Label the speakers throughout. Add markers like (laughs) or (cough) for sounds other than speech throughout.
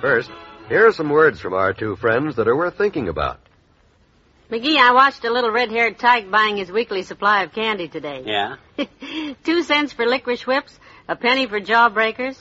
Speaker 1: First, here are some words from our two friends that are worth thinking about.
Speaker 2: McGee, I watched a little red-haired tyke buying his weekly supply of candy today.
Speaker 3: Yeah?
Speaker 2: (laughs) Two cents for licorice whips, a penny for jawbreakers.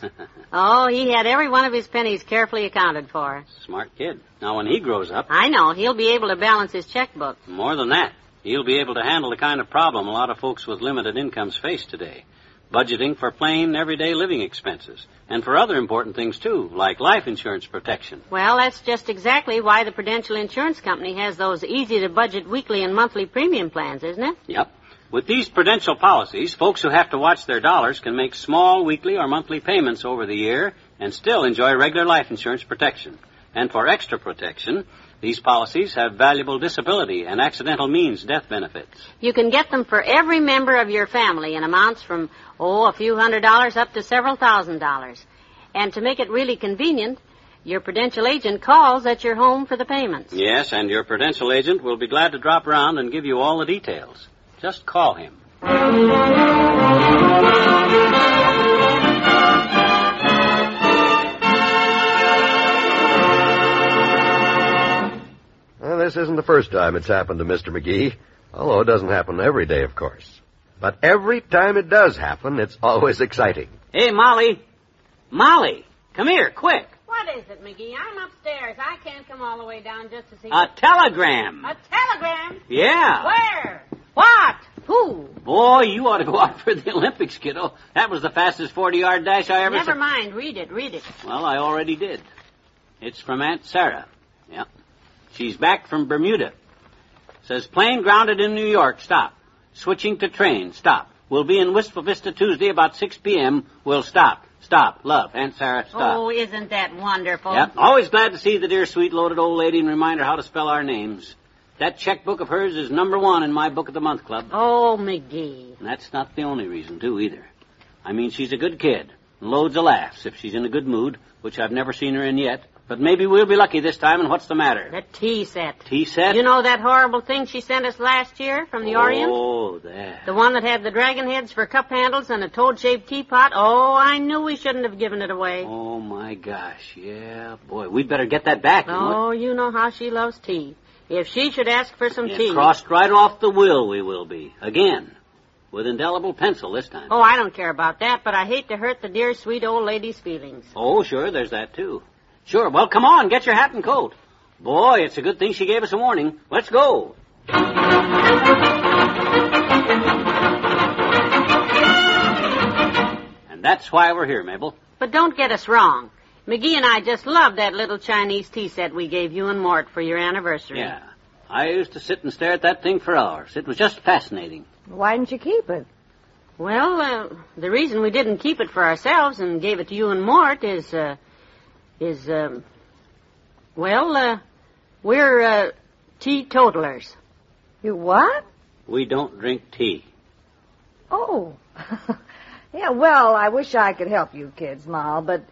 Speaker 2: oh, he had every one of his pennies carefully accounted for.
Speaker 3: Smart kid. Now, when he grows up,
Speaker 2: I know, he'll be able to balance his checkbook.
Speaker 3: more than that, he'll be able to handle the kind of problem a lot of folks with limited incomes face today. Budgeting for plain, everyday living expenses. And for other important things, too, like life insurance protection.
Speaker 2: Well, that's just exactly why the Prudential Insurance Company has those easy-to-budget weekly and monthly premium plans, isn't it?
Speaker 3: Yep. With these prudential policies, folks who have to watch their dollars can make small weekly or monthly payments over the year and still enjoy regular life insurance protection. And for extra protection, these policies have valuable disability and accidental means death benefits.
Speaker 2: You can get them for every member of your family in amounts from, oh, a few hundred dollars up to several thousand dollars. And to make it really convenient, your Prudential agent calls at your home for the payments.
Speaker 3: Yes, and your Prudential agent will be glad to drop around and give you all the details. Just call him.
Speaker 1: Well, this isn't the first time it's happened to Mr. McGee, although it doesn't happen every day, of course. But every time it does happen, it's always exciting.
Speaker 3: Hey, Molly. Molly, come here, quick.
Speaker 2: What is it, McGee? I'm upstairs. I can't come all the way down just to see.
Speaker 3: A telegram.
Speaker 2: a telegram?
Speaker 3: Yeah.
Speaker 2: Where? What? Who?
Speaker 3: Boy, you ought to go out for the Olympics, kiddo. That was the fastest 40 yard dash I ever
Speaker 2: Never
Speaker 3: saw.
Speaker 2: mind. Read it. Read it.
Speaker 3: Well, I already did. It's from Aunt Sarah. Yep. She's back from Bermuda. Says plane grounded in New York. Stop. Switching to train. Stop. We'll be in Wistful Vista Tuesday about 6 p.m. We'll stop. Stop. Love. Aunt Sarah, stop.
Speaker 2: Oh, isn't that wonderful?
Speaker 3: Yep. Always glad to see the dear sweet loaded old lady and remind her how to spell our names. That checkbook of hers is number one in my book of the month club.
Speaker 2: Oh, McGee.
Speaker 3: And that's not the only reason, too, either. I mean, she's a good kid. and Loads of laughs if she's in a good mood, which I've never seen her in yet. But maybe we'll be lucky this time, and what's the matter?
Speaker 2: The tea set.
Speaker 3: Tea set?
Speaker 2: You know that horrible thing she sent us last year from the Orient?
Speaker 3: Oh, that.
Speaker 2: The one that had the dragon heads for cup handles and a toad-shaped teapot? Oh, I knew we shouldn't have given it away.
Speaker 3: Oh, my gosh. Yeah, boy. We'd better get that back. you know?
Speaker 2: Oh, you know how she loves tea. If she should ask for some
Speaker 3: It
Speaker 2: tea.
Speaker 3: crossed right off the will we will be. Again. With indelible pencil this time.
Speaker 2: Oh, I don't care about that, but I hate to hurt the dear, sweet old lady's feelings.
Speaker 3: Oh, sure, there's that, too. Sure. Well, come on. Get your hat and coat. Boy, it's a good thing she gave us a warning. Let's go. And that's why we're here, Mabel.
Speaker 2: But don't get us wrong. McGee and I just love that little Chinese tea set we gave you and Mort for your anniversary.
Speaker 3: Yeah. I used to sit and stare at that thing for hours. It was just fascinating.
Speaker 4: Why didn't you keep it?
Speaker 2: Well, uh, the reason we didn't keep it for ourselves and gave it to you and Mort is, uh, is, um, well, uh, we're, uh, teetotalers.
Speaker 4: You what?
Speaker 3: We don't drink tea.
Speaker 4: Oh. (laughs) yeah, well, I wish I could help you kids, Ma, but.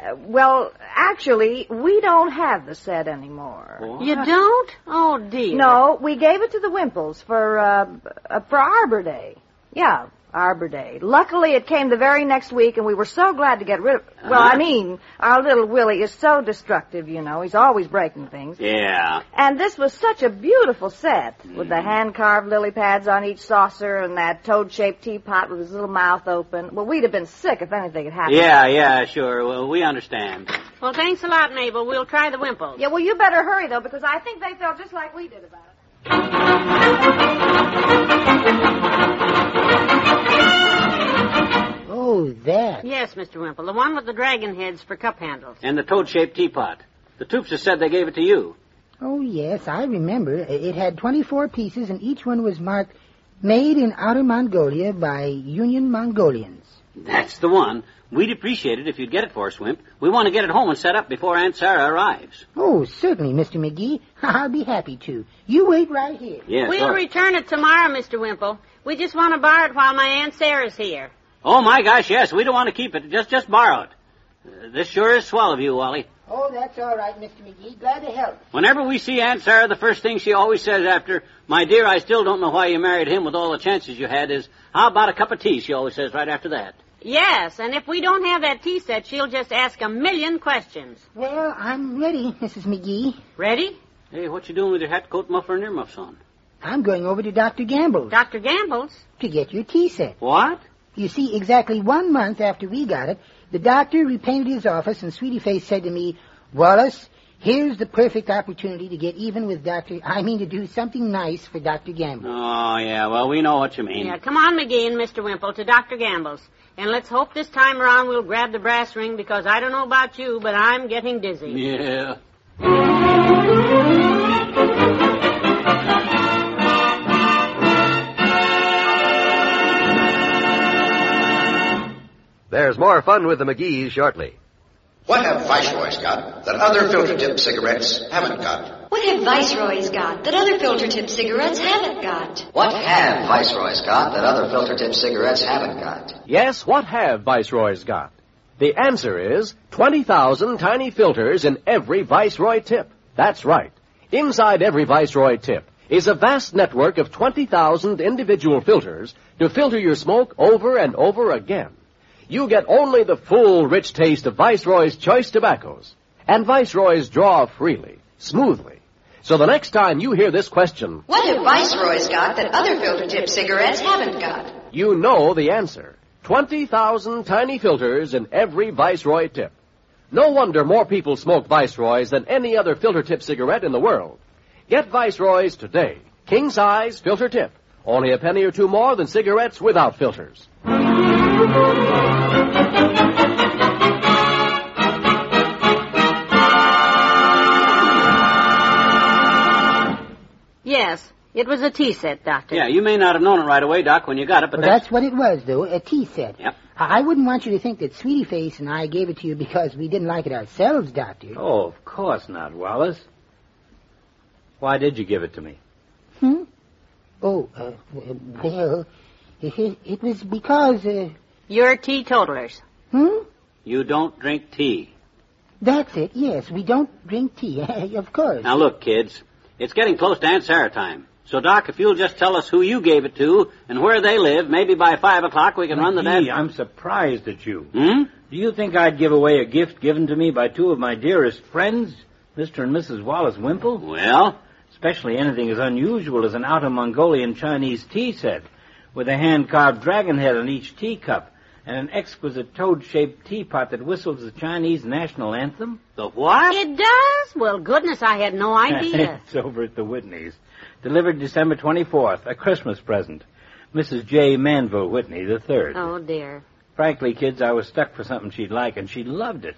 Speaker 4: Uh, well, actually, we don't have the set anymore.
Speaker 2: You don't? Oh, dear.
Speaker 4: No, we gave it to the Wimples for, uh, uh, for Arbor Day. Yeah, Arbor Day. Luckily, it came the very next week, and we were so glad to get rid of Well, I mean, our little Willie is so destructive, you know. He's always breaking things.
Speaker 3: Yeah.
Speaker 4: And this was such a beautiful set with the hand carved lily pads on each saucer and that toad shaped teapot with his little mouth open. Well, we'd have been sick if anything had happened.
Speaker 3: Yeah, yeah, sure. Well, we understand.
Speaker 2: Well, thanks a lot, Mabel. We'll try the Wimples.
Speaker 4: Yeah, well, you better hurry though, because I think they felt just like we did about it.
Speaker 5: Oh, that.
Speaker 2: Yes, Mr. Wimple, the one with the dragon heads for cup handles.
Speaker 3: And the toad-shaped teapot. The Toops have said they gave it to you.
Speaker 5: Oh, yes, I remember. It had 24 pieces, and each one was marked Made in Outer Mongolia by Union Mongolians.
Speaker 3: That's the one. We'd appreciate it if you'd get it for us, Wimp. We want to get it home and set up before Aunt Sarah arrives.
Speaker 5: Oh, certainly, Mr. McGee. (laughs) I'll be happy to. You wait right here.
Speaker 3: Yes,
Speaker 2: we'll
Speaker 3: sir.
Speaker 2: return it tomorrow, Mr. Wimple. We just want to borrow it while my Aunt Sarah's here.
Speaker 3: Oh my gosh, yes, we don't want to keep it. Just, just borrow it. Uh, this sure is swell of you, Wally.
Speaker 5: Oh, that's all right, Mr. McGee. Glad to help.
Speaker 3: Whenever we see Aunt Sarah, the first thing she always says after, "My dear, I still don't know why you married him with all the chances you had," is, "How about a cup of tea?" She always says right after that.
Speaker 2: Yes, and if we don't have that tea set, she'll just ask a million questions.
Speaker 5: Well, I'm ready, (laughs) Mrs. McGee.
Speaker 2: Ready?
Speaker 3: Hey, what you doing with your hat, coat, muffler, and earmuffs on?
Speaker 5: I'm going over to Dr. Gamble's
Speaker 2: Dr. Gamble's?
Speaker 5: to get your tea set.
Speaker 3: What?
Speaker 5: You see, exactly one month after we got it, the doctor repainted his office, and Sweetie Face said to me, Wallace, here's the perfect opportunity to get even with Dr. I mean, to do something nice for Dr. Gamble.
Speaker 3: Oh yeah, well we know what you mean.
Speaker 2: Yeah, come on, McGee and Mr. Wimple to Dr. Gamble's. And let's hope this time around we'll grab the brass ring because I don't know about you, but I'm getting dizzy.
Speaker 3: Yeah.
Speaker 6: There's more fun with the McGees shortly.
Speaker 7: What have Viceroy's got that other filter tip cigarettes haven't got?
Speaker 8: What have Viceroy's got that other filter tip cigarettes haven't got?
Speaker 7: What have Viceroy's got that other filter tip cigarettes haven't got?
Speaker 1: Yes, what have Viceroy's got? The answer is 20,000 tiny filters in every Viceroy tip. That's right. Inside every Viceroy tip is a vast network of 20,000 individual filters to filter your smoke over and over again. You get only the full, rich taste of Viceroy's choice tobaccos. And Viceroy's draw freely, smoothly. So the next time you hear this question,
Speaker 8: What have Viceroy's got that other filter tip cigarettes haven't got?
Speaker 1: You know the answer. 20,000 tiny filters in every Viceroy tip. No wonder more people smoke Viceroys than any other filter tip cigarette in the world. Get Viceroys today. King size filter tip. Only a penny or two more than cigarettes without filters.
Speaker 2: Yes, it was a tea set, Doctor.
Speaker 3: Yeah, you may not have known it right away, Doc, when you got it, but
Speaker 5: Well, that's what it was, though, a tea set.
Speaker 3: Yep.
Speaker 5: I I wouldn't want you to think that Sweetie Face and I gave it to you because we didn't like it ourselves, Doctor.
Speaker 9: Oh, of course not, Wallace. Why did you give it to me?
Speaker 5: Hmm? Oh, uh, w- well, it, it was because, uh,
Speaker 2: You're teetotalers.
Speaker 5: hmm?
Speaker 3: you don't drink tea.
Speaker 5: That's it, yes. We don't drink tea, (laughs) of course.
Speaker 3: Now look, kids, it's getting close to Aunt Sarah time. So, Doc, if you'll just tell us who you gave it to and where they live, maybe by five o'clock we can run the
Speaker 9: Gee,
Speaker 3: dance.
Speaker 9: I'm surprised at you.
Speaker 3: Hmm?
Speaker 9: Do you think I'd give away a gift given to me by two of my dearest friends, Mr. and Mrs. Wallace Wimple?
Speaker 3: Well,
Speaker 9: Especially anything as unusual as an outer Mongolian Chinese tea set, with a hand-carved dragon head on each teacup, and an exquisite toad-shaped teapot that whistles the Chinese national anthem?
Speaker 3: the what?
Speaker 2: It does? Well, goodness, I had no
Speaker 9: (laughs)
Speaker 3: (laughs)
Speaker 2: idea.
Speaker 9: it's over at the Whitney's. Delivered December 24th, a Christmas present. Mrs. J. Manville Whitney the third.
Speaker 2: oh, dear.
Speaker 9: Frankly, kids, I was stuck for something she'd like, and she loved it.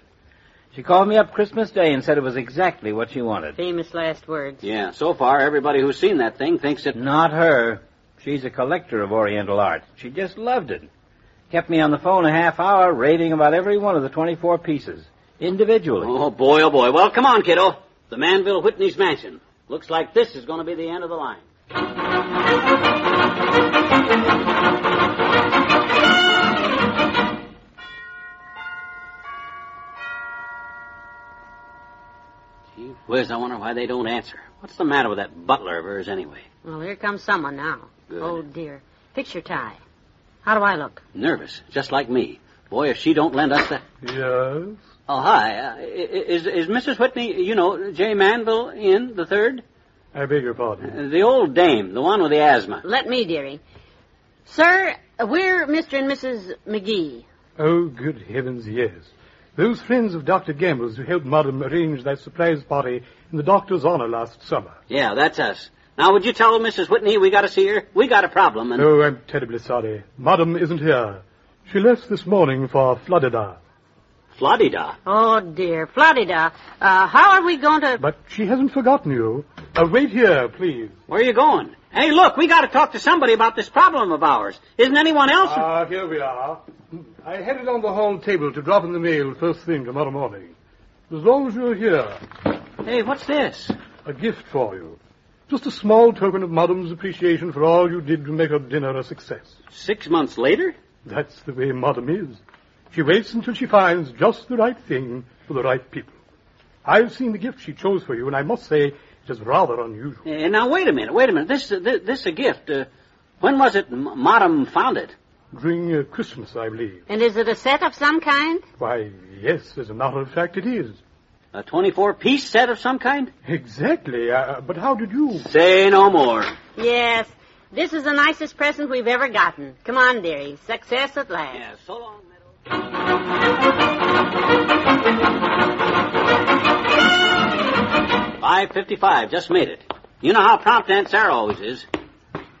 Speaker 9: She called me up Christmas Day and said it was exactly what she wanted.
Speaker 2: Famous last words.
Speaker 3: Yeah, so far everybody who's seen that thing thinks it.
Speaker 9: Not her. She's a collector of Oriental art. She just loved it. Kept me on the phone a half hour raving about every one of the 24 pieces, individually.
Speaker 3: Oh boy, oh boy. Well, come on, kiddo. The Manville Whitney's mansion. Looks like this is going to be the end of the line. Gee whiz, I wonder why they don't answer. What's the matter with that butler of hers anyway?
Speaker 2: Well, here comes someone now.
Speaker 3: Good.
Speaker 2: Oh, dear. Fix your tie. How do I look?
Speaker 3: Nervous, just like me. Boy, if she don't lend us that.
Speaker 9: Yes?
Speaker 3: Oh, hi. Uh, i- i- is, is Mrs. Whitney, you know, J. Manville in the third?
Speaker 9: I beg your pardon.
Speaker 3: Uh, The old dame, the one with the asthma.
Speaker 2: Let me, dearie. Sir, we're Mr. and Mrs. McGee.
Speaker 9: Oh, good heavens, yes. Those friends of Dr. Gamble's who helped Madam arrange that surprise party in the doctor's honor last summer.
Speaker 3: Yeah, that's us. Now, would you tell Mrs. Whitney we got to see her? We got a problem, and
Speaker 10: uh,
Speaker 9: Oh, I'm terribly sorry. Madam isn't here. She left this morning for Florida.
Speaker 3: Floddy-da.
Speaker 2: Oh, dear. Floddy-da. Uh, how are we going to...
Speaker 10: But she hasn't forgotten you. Uh, wait here, please.
Speaker 3: Where are you going? Hey, look, we gotta talk to somebody about this problem of ours. Isn't anyone else?
Speaker 10: Ah, here we are. I had it on the hall table to drop in the mail first thing tomorrow morning. As long as you're here.
Speaker 3: Hey, what's this?
Speaker 10: A gift for you. Just a small token of Madame's appreciation for all you did to make her dinner a success.
Speaker 3: Six months later?
Speaker 10: That's the way Madame is. She waits until she finds just the right thing for the right people. I've seen the gift she chose for you, and I must say it is rather unusual.
Speaker 3: Eh, now, wait a minute, wait a minute. This, this, this a gift. Uh, when was it M- Madam found it?
Speaker 10: During uh, Christmas, I believe.
Speaker 2: And is it a set of some kind?
Speaker 10: Why, yes, as a matter of fact, it is.
Speaker 3: A 24-piece set of some kind?
Speaker 10: Exactly. Uh, but how did you?
Speaker 3: Say no more.
Speaker 2: Yes. This is the nicest present we've ever gotten. Come on, dearie. Success at last.
Speaker 3: Yeah, so long, Meadows. Five fifty-five. Just made it. You know how prompt Aunt Sarah always is.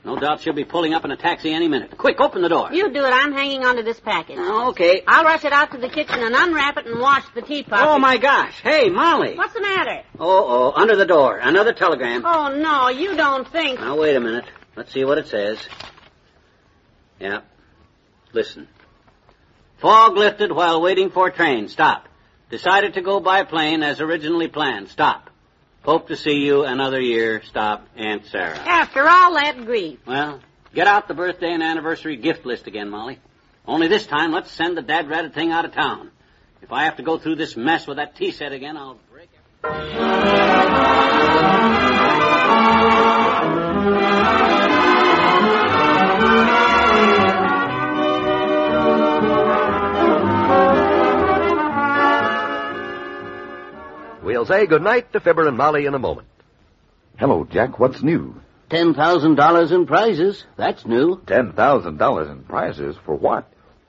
Speaker 3: No doubt she'll be pulling up in a taxi any minute. Quick, open the door.
Speaker 2: You do it. I'm hanging onto this package.
Speaker 3: Okay.
Speaker 2: I'll rush it out to the kitchen and unwrap it and wash the teapot.
Speaker 3: Oh my gosh! Hey, Molly.
Speaker 2: What's the matter?
Speaker 3: Oh, oh, under the door. Another telegram.
Speaker 2: Oh no, you don't think.
Speaker 3: Now wait a minute. Let's see what it says. Yeah. Listen. Fog lifted while waiting for train. Stop. Decided to go by plane as originally planned. Stop. Hope to see you another year. Stop. Aunt Sarah.
Speaker 2: After all that grief.
Speaker 3: Well, get out the birthday and anniversary gift list again, Molly. Only this time, let's send the dad ratted thing out of town. If I have to go through this mess with that tea set again, I'll break it.
Speaker 1: We'll say goodnight to Fibber and Molly in a moment.
Speaker 11: Hello, Jack. What's new?
Speaker 12: Ten thousand dollars in prizes. That's new.
Speaker 11: Ten thousand dollars in prizes for what?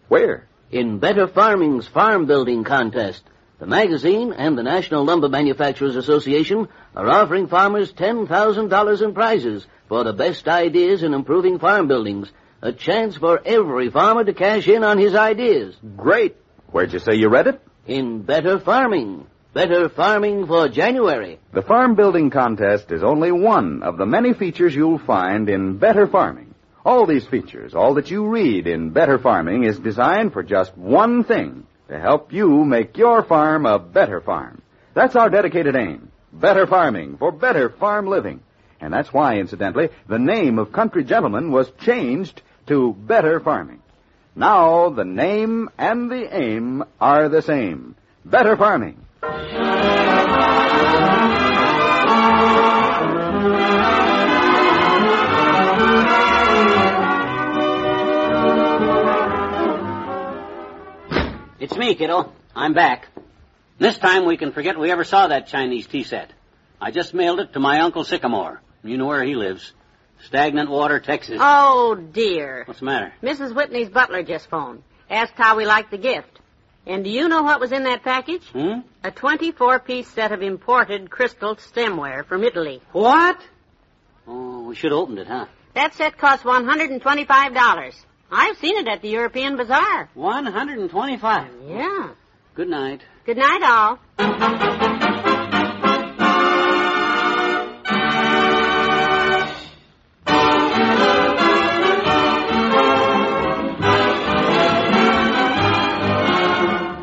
Speaker 11: Where?
Speaker 12: In Better Farming's Farm Building Contest, the magazine and the National Lumber Manufacturers Association are offering farmers ten thousand dollars in prizes for the best ideas in improving farm buildings. A chance for every farmer to cash in on his ideas.
Speaker 11: Great. Where'd you say you read it?
Speaker 12: In Better Farming. Better Farming for January.
Speaker 11: The farm building contest is only one of the many features you'll find in Better Farming. All these features, all that you read in Better Farming, is designed for just one thing to help you make your farm a better farm. That's our dedicated aim better farming for better farm living. And that's why, incidentally, the name of Country Gentleman was changed to Better Farming. Now, the name and the aim are the same Better Farming.
Speaker 3: It's me, kiddo. I'm back. This time we can forget we ever saw that Chinese tea set. I just mailed it to my Uncle Sycamore. You know where he lives. Stagnant Water, Texas.
Speaker 2: Oh dear.
Speaker 3: What's the matter?
Speaker 2: Mrs. Whitney's butler just phoned. Asked how we liked the gift. And do you know what was in that package?
Speaker 3: Hmm?
Speaker 2: A 24 piece set of imported crystal stemware from Italy.
Speaker 3: What? Oh, we should have opened it, huh?
Speaker 2: That set cost $125. I've seen it at the European Bazaar.
Speaker 3: 125.
Speaker 2: Yeah.
Speaker 3: Good night.
Speaker 2: Good night, all.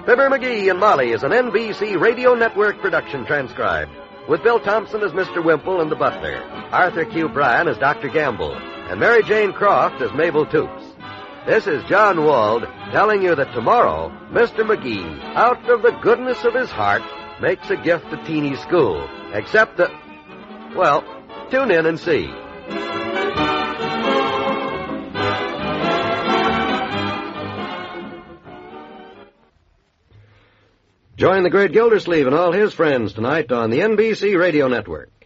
Speaker 1: Fibber McGee and Molly is an NBC Radio Network production transcribed. With Bill Thompson as Mr. Wimple and the butler, Arthur Q. Bryan as Dr. Gamble, and Mary Jane Croft as Mabel Toops. This is John Wald telling you that tomorrow, Mr. McGee, out of the goodness of his heart, makes a gift to Teeny's school. Except that, well, tune in and see. Join the great Gildersleeve and all his friends tonight on the NBC Radio Network.